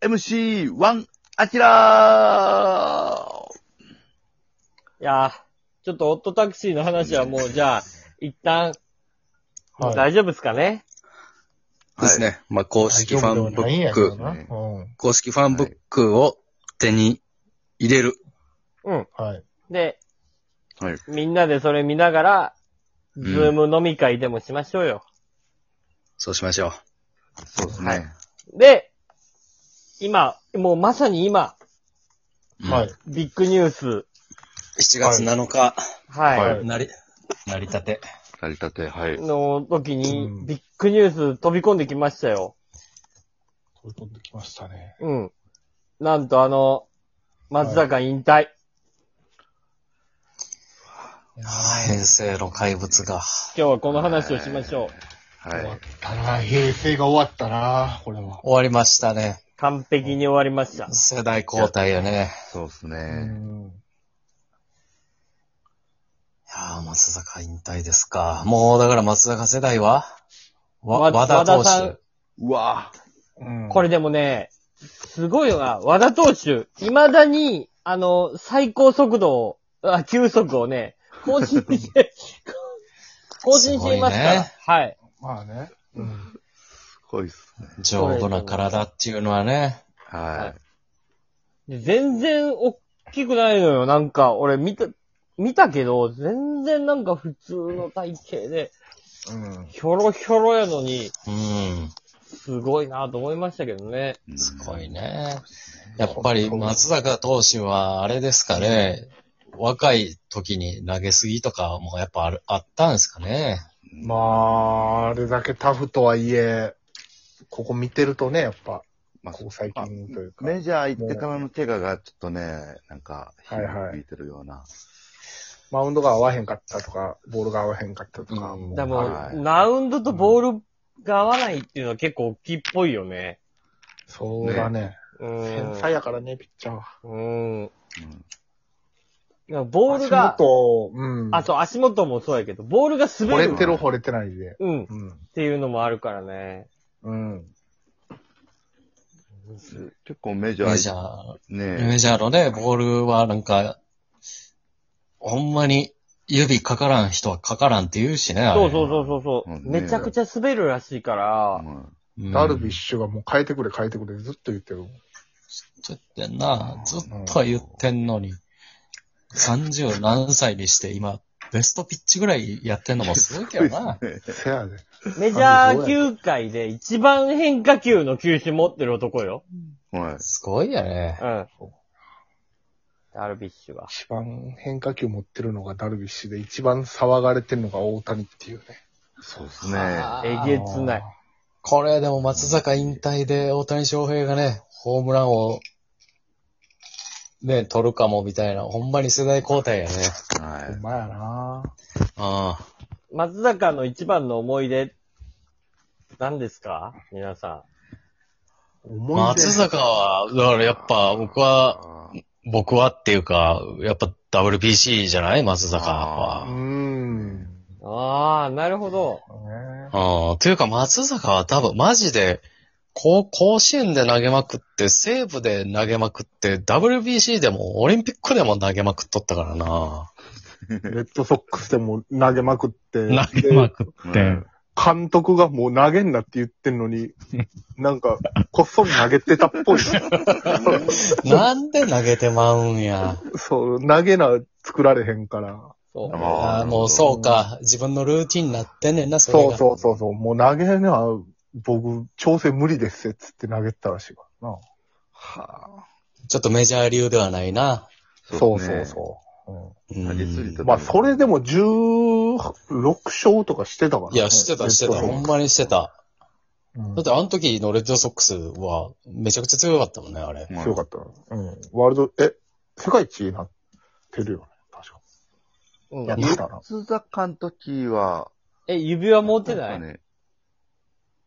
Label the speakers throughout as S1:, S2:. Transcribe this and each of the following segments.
S1: 4MC1 アキラ
S2: いやー、ちょっとオットタクシーの話はもうじゃあ、一旦、
S3: はい
S2: 大丈夫ですかね
S1: ー
S4: です。ね。まあ、公式ファンブッ
S3: う
S4: ク、
S3: ん。
S4: 公式ファンブックを手に入れる。
S3: はい。
S2: で、
S1: はい
S2: みんなでそれ見ながら、ズ
S4: ん
S2: ーム飲み会でもしましょうよ。
S4: そうしましょ
S1: そうです
S2: はい
S1: ね。
S2: で、今、もうまさに今、
S4: う。
S3: はい
S4: うん。。
S2: ビッグニュース、
S4: 7月7日、
S2: はい、
S1: は
S3: はい
S4: なり、なりたて。
S1: 成り立て、はい。
S2: の時に
S3: う、ん
S2: ビッグニュース飛び込んできましたよ。
S3: 飛び込んできましたね。
S2: うん。なんとあの、松坂引退。
S4: 平成の怪物が。
S2: 今日はこの話をしましょう。
S3: 終わ
S1: は
S3: ったな。平成が終わったな、これは。
S4: 終わりましたね。
S2: 完璧に終わりました。
S4: 世代交代やね。
S1: い。そうです
S3: う
S1: ね。
S3: ん。
S4: いやー松坂引退ですか。もう、だから松坂世代はわ
S2: わ
S4: 和田投
S2: 和田さん
S4: 手。
S1: うわぁ。
S3: うん
S2: これ、でもね、すごいのが、和田投手、未だに、あの、最高速度を、あ、球速をね、更新して、更新していますから。
S4: すごい
S2: は
S4: ね
S2: い。
S3: まあね。うん。
S1: すごいっすね。
S4: 丈夫な体っていうのはね。
S1: は
S2: で全然大きくないのよ。なんか、俺見た、見たけど、全然なんか普通の体型で、
S3: うん。
S2: ひょろひょろやのに、
S4: うん。
S2: すごいなと思いましたけどね。
S1: い。
S4: すごいね。やっぱり松坂投手はあれですかね。若い時に投げすぎとかもやっぱあるあったんですかね。
S3: まあ、あれだけタフとはいえ、ここ見てるとね、やっぱ、
S1: まあ
S3: ここ最近というか。
S1: メジャー行ってからの怪我がちょっとね、なんか、火
S3: はいはい
S1: 吹いてるような。
S3: マウンドが合わへんかったとか、ボールが合わへんかったとか。
S4: うん
S2: でも、
S1: はい
S2: ラウンドとボールが合わないっていうのは結構大きいっぽいよね。
S3: そうだね。
S2: うん。
S3: 繊細やからね、ピッチャーは。
S2: うん。
S1: うん
S2: いやボールが
S3: 足、元、うん。
S2: あ、そう、足元もそうやけど、ボールが滑
S3: 惚
S2: る。
S3: れてる惚れてないで。
S2: うん。っ
S3: うん。
S2: ていうのもあるからね。
S3: うん。
S1: 結構メジャ
S4: メジ
S1: ー
S4: ャー、メ
S1: ね、
S4: ジャーのね、ボールはなんか、ほんまに指かからん人はかからんって言うしね。あれ
S2: そうそうそうそうそう、
S1: うんね
S2: めちゃくちゃ滑るらしいから、
S1: うん
S4: うん
S3: ダルビッシュがもう変えてくれ変えてくれずっと言ってる。
S4: ちょっとやんな、ずっと言ってんのに、30何歳にして今、ベストピッチぐらいやってんのもすごいけどな。
S3: せやで。
S2: メジャー球界で一番変化球の球種持ってる男よ。
S1: はい。
S4: すごいやね。
S2: うん。ダルビッシュは。
S3: 一番変化球持ってるのがダルビッシュで、一番騒がれてるのが大谷っていうね。
S1: そうですね。
S4: あ
S2: え
S4: ー
S2: げつない。
S4: これでも松坂引退で大谷翔平がね、ホームランを、ね、取るかもみたいな、ほんまに世代交代やね。
S1: は
S3: ほ
S1: い
S3: ん。まやな
S4: ああ。
S2: 松坂の一番の思い出、何ですか皆さ
S3: 思い出
S4: 松坂は、だからやっぱ僕は、僕はっていうか、やっぱ WBC じゃない松坂
S3: う
S4: は
S3: ー。ん。
S2: ん。ああ、なるほど。
S3: ね
S4: うん。というか、松坂は多分、マジで、こう、甲子園で投げまくって、西部で投げまくって、WBC でも、オリンピックでも投げまくっとったからな。
S3: レッドソックスでも投げまくって、
S4: 投げま
S3: で
S4: くっ
S1: うん
S4: て。
S3: 監督がもう投げんなって言ってんの に、なんか、こっそり投げてたっぽい。
S4: なんで投げてまうんや。
S3: そう、投げな作られへんから。
S2: そう。
S1: あー
S4: あーもうそうか。自分のルーティンになってんねんな、それ
S3: そう
S4: が。
S3: そうそうそう、もう投げな、僕、調整無理ですっつって投げてたらしいからな。
S1: は
S4: ちょっとメジャー流ではないな。
S1: ぁ。
S3: そう
S1: です
S3: そう
S1: ね
S3: そう。うん
S4: うん
S1: 投げすぎた
S3: まあ、それでも16勝とかしてたから、
S4: いや、してた、してた。ほんまにしてた。
S3: うん
S4: だって、あの時のレッドソックスは、めちゃくちゃ強かったもんね、あれ。
S3: 強かったな。うん。ワールド、え、世界一になってるよね。確か。
S2: うん
S3: やっ
S1: 松
S3: たな。
S1: 坂の時は、
S2: え、指輪持ってない、
S1: なんかね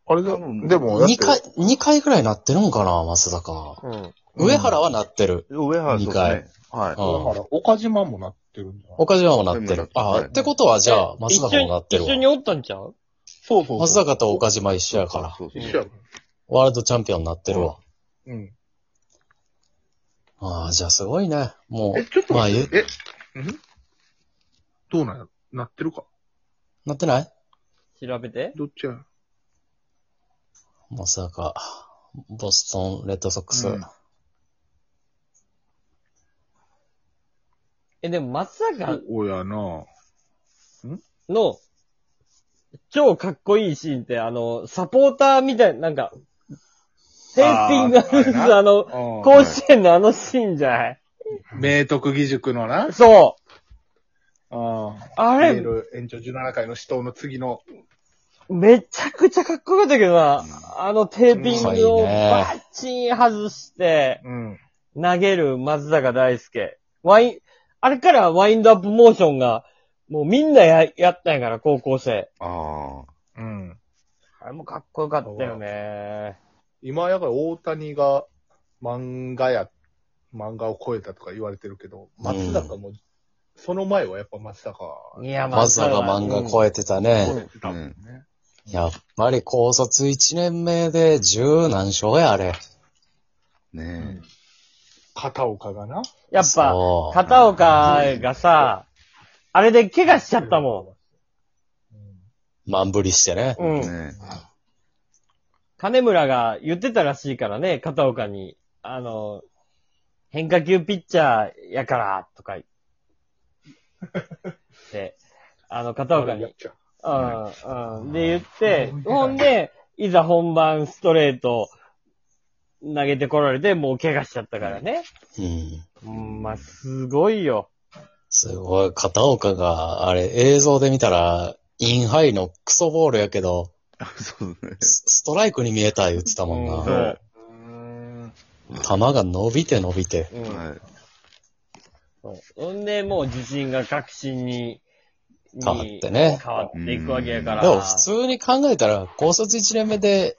S3: あれだ、
S1: 多分
S3: でも、だって
S4: 2回、二回ぐらいなってるんかな、松坂。
S2: うん。
S3: うん
S4: 上原はなってる。
S1: 上原そうですね。
S4: う
S1: は
S3: だ
S4: ん
S3: から、岡島もなってるんじゃない
S4: 岡島もなって
S1: うん
S4: る。ああ、ってことはじゃあ、松坂もなってる
S2: 一緒に一緒
S4: わ
S2: に。おったんちゃう
S3: そうそうそう。
S4: 松坂と岡島一緒やから。
S1: そうそう
S3: 一緒やか
S4: ワールドチャンピオンになってるわ。
S3: うん。
S4: ああ、じゃあすごいね。も
S3: え、ちょっ
S4: う、
S3: と
S4: まあ、
S3: 待
S4: 言
S3: っ
S4: う
S3: て、え、んどうなんやなってるか
S4: なってない
S2: 調べて。
S3: どっちや
S4: まさか、ボストン、レッドソックス。
S3: うん
S2: え、でも松坂
S3: そうやな
S2: の、超かっこいいシーンって、あの、サポーターみたいな、なんか、テーピング
S3: あーあれな
S2: あの、
S3: こ
S2: 甲子園のあのシーンじゃない
S3: 明徳義塾のな。
S2: そ
S3: あ
S2: う。あ
S3: あ
S2: れ、
S3: 延長17回の死闘の次の。
S2: めちゃくちゃかっこよかったけどな。あのテーピングをバッチン外して、
S3: うん。
S2: 投げる松坂大輔。ワイン、あれからワインドアップモーションが、もうみんなや、やったんやから、高校生。
S1: ああ。
S3: うん。
S2: あれもかっこよかったよね。
S3: 今やから大谷が漫画や、漫画を超えたとか言われてるけど、松坂も、その前はやっぱ松坂
S2: いや、
S4: まさか漫画超えてたね。
S3: 超えてたもんね。
S4: やっぱり高卒1年目で十何勝や、あれ。
S1: ね
S3: 片岡がな。
S2: やっぱ、
S4: そう
S2: 片岡がさ、あれで怪我しちゃったも
S4: 万振りしてね。
S2: ん。
S1: え。
S2: うん。
S1: ね
S2: 金村が言ってたらしいからね、片岡に。あの、変化球ピッチャーやから、とか言って、あの、片岡に
S3: やっ、ちゃう
S2: うん、うん。で言って
S3: うん、
S2: ほんで、いざ本番ストレート投げてこられて、もう怪我しちゃったからね。
S4: うん。
S2: うん、まあ、すごいよ。
S4: すごい、片岡が、あれ、映像で見たら、インハイのクソボールやけど、
S1: そうね。
S4: スストライクに見えた言ってたもん
S2: うん
S4: な。
S2: そう
S3: うん。
S4: 球が伸びて伸びて。
S2: うん。
S1: はい。
S2: そうほんで、もう自信が確信に、に
S4: 変わってね
S2: 変わっていくわけやから。
S4: でも普通に考えたら、高卒1年目で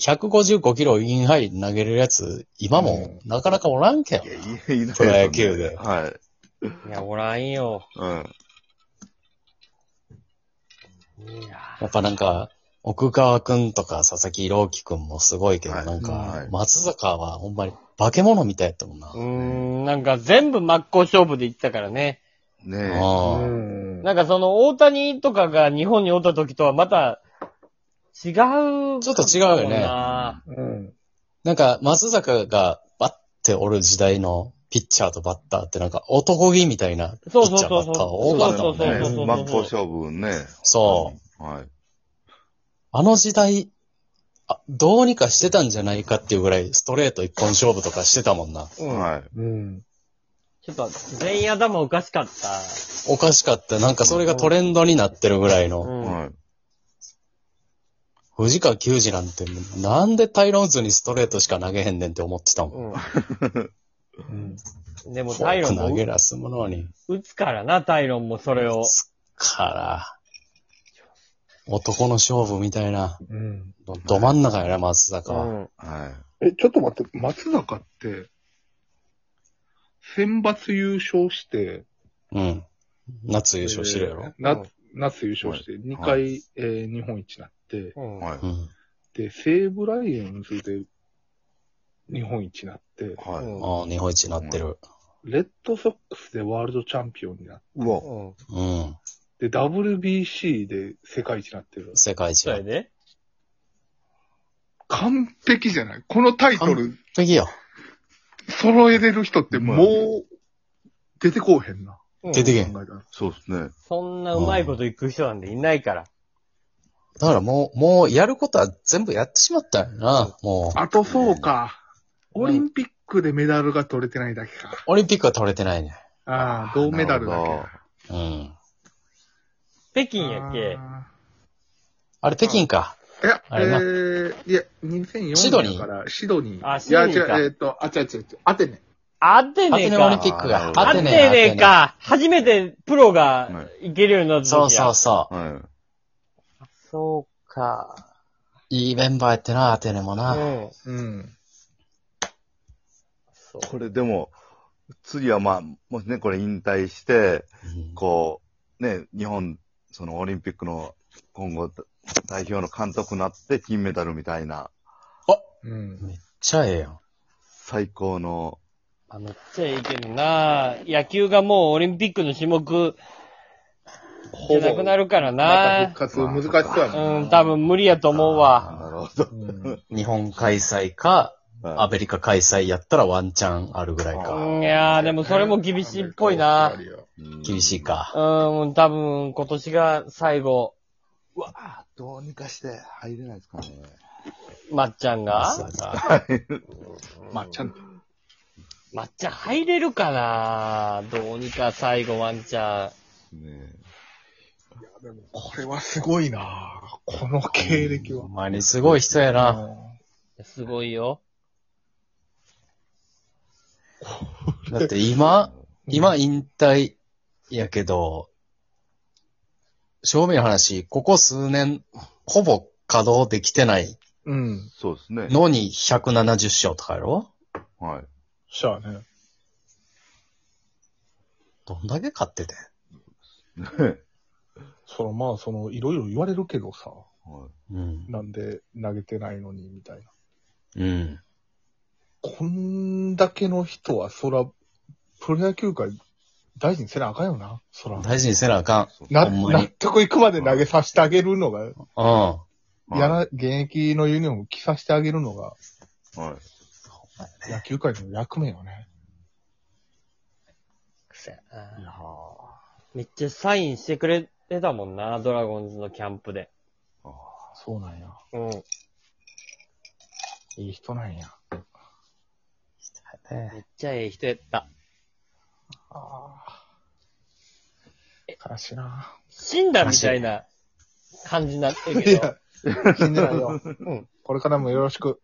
S4: 155キロインハイ投げれるやつ、今もなかなかおらんけん
S1: い。や、いいいいな
S4: プロ野球で
S1: はい。
S2: いや、おらんよ。
S1: うん。
S2: いや
S4: やっぱなんか、奥川くんとか佐々木朗希くんもすごいけど、
S1: はい
S4: なん
S1: は
S4: か
S1: い、
S4: 松坂はほんまに化け物みたいやったもんな。
S2: うーん、なんか全部真っ向勝負で行ったからね。
S1: ね
S4: ああ
S3: うん
S2: なんかその大谷とかが日本におった時とはまた違う。
S4: ちょっと違うよね
S2: な
S3: うん。
S4: なんか、松坂がバッておる時代のピッチャーとバッターってなんか男気みたいなピ
S2: そう
S4: ッ
S2: そう
S4: チャー
S2: そうそう
S4: バッター多かったもん
S1: え。
S2: そうそう
S4: ね。
S2: そう
S1: 真っ向勝負ね。
S4: そう。
S1: はい。
S4: あの時代、あどうにかしてたんじゃないかっていうぐらいストレート一本勝負とかしてたもんな。
S2: うん。
S1: はい。
S3: うん。
S2: ちょっと全員頭おかしかった。
S4: おかしかった。なんかそれがトレンドになってるぐらいうの。
S2: ん。
S1: はい。
S4: 藤川球児なんて、なんでタイロンズにストレートしか投げへんねんって思ってたもん。
S3: うん。
S2: でも
S4: フ
S2: タイ
S4: ォー
S2: ロ
S4: ク
S2: ン
S4: 投
S2: も
S4: げらすものに。
S2: 打つからな、タイロンもそれを。
S4: すっから。男の勝負みたいな。
S3: うん。
S4: どど真ん中やな、松坂
S2: う
S4: は。
S2: ん。
S1: はい。
S3: え、ちょっと待って、松坂って、選抜優勝して、
S4: うん。夏優勝してるや
S3: えー
S4: ろ。
S3: な夏優勝して、2回、えー日本一になって、
S2: うん。
S1: はい。
S4: うん。
S3: で、西武ライオンズで日本一になって、
S1: はい。
S2: うん
S4: ああ、日本一になってる。
S3: レッドソックスでワールドチャンピオンになって、
S1: うわ。
S2: うん。
S4: うん。
S3: で、WBC で世界一になってる。
S4: 世界一
S2: そ
S4: や
S2: うや。で。
S3: 完璧じゃないこのタイトル
S4: 次よ。
S3: 揃えれる人って
S1: う
S3: もう出てこうへんな。
S2: うん
S4: 出てけん。
S3: 考えたら。
S1: そうですね。
S2: そんなうまいこといく人なんでいないから。
S4: だからもう、もうやることは全部やってしまったんやな。もう、
S3: あとそうか。オリンピックでメダルが取れてないだけか。
S4: オリンピックは取れてないね。
S3: ああ、銅メダルだ
S1: なるほ
S3: け
S1: ど。
S4: うん。
S2: 北京やっけ。
S4: あれ、北京か。
S3: いや、え
S4: あれな
S3: ー、いや、2004
S4: シドニー
S3: 年だから、シドニー。
S2: あシドニー
S3: いや、
S2: か
S3: 違う、えっ、と、あ、違う違う違う、アテネ。
S2: アテ
S4: ア
S2: ネ
S4: テネオリン
S2: か。
S4: ピックが。
S1: ア
S2: ア
S1: テ
S2: テ
S1: ネ
S2: ネ。か。初めてプロがいけるようになった時
S4: そう
S2: や
S4: そうそ
S1: は
S2: そうか。
S4: う。いいメンバーやってな、アテネも
S2: う
S4: な。
S2: ん。
S3: うん。
S2: そ
S1: い。これでも、次はまあ、もしね、これ引退して、
S4: うん
S1: こう、ね、日本、そのオリンピックの今後代表の監督になって金メダルみたいな。
S3: うん。
S4: めっちゃええやん。
S1: 最高の、
S2: まあめっちゃいいけどな野球がもうオリンピックの種目、じ
S3: ほ
S2: ゃなくなるから
S3: ま
S2: な、
S3: た復活難しそうやもん
S2: う
S3: な。
S2: ん、多分無理やと思うわ。
S1: なるほど。
S3: うん。
S4: 日本開催か、ア
S1: はい
S4: メリカ開催やったらワンチャンあるぐらい
S3: あ
S4: か。
S2: うん、いやー、でもそれも厳しいっぽいな。
S4: 厳しい。か。
S2: うん、多分今年が最
S1: う
S2: 後、
S1: んうわぁどうにかして入れないですかね。
S2: まっちゃん
S4: ま
S2: が
S4: さ。か
S3: まあ、ちゃんと、
S2: まっちゃん入れるかなどうにか最後ワンチャン。
S1: ね
S3: これはすごいなこの経歴
S4: ほ
S3: は
S4: ん。まにすごい人やな。
S2: すごいよ。
S4: だって今、今引退やけど、正面の話、ここ数年、ほぼ稼働できてない
S3: うん。
S1: そうですね。
S4: のに170勝とかやろ
S1: はい。
S3: しゃあね。
S4: どんだけ勝ってて。
S1: ね
S3: そのまあ、その、いろいろ言われるけどさ、
S1: は
S4: うん。
S3: なんで投げてないのに、みたいな。
S4: うん。
S3: こんだけの人は、そら、プロ野球界、大事にせなあかんよな、そら。
S4: 大事にせなあかん。
S1: い
S3: な、
S4: ほんまに
S3: 納得いくまで投げさせてあげるのが、
S4: うん。ほ
S1: はい
S3: やら、現役のユニフォーム着させてあげるのが、
S1: はい。
S4: んまやね
S3: 野球界の役目よね。
S2: くせえ
S3: いや
S2: めっちゃサインしてくれてたもんな、ドラゴンズのキャンプで。
S1: あ
S3: そうなんや。
S2: うん。
S3: いい人なんや。
S2: めっちゃええ人やった。
S3: ああ。悲しいな。
S2: 死んだみたいな感じになってるけど。
S3: 死んでないよ。うん。これからもよろしく。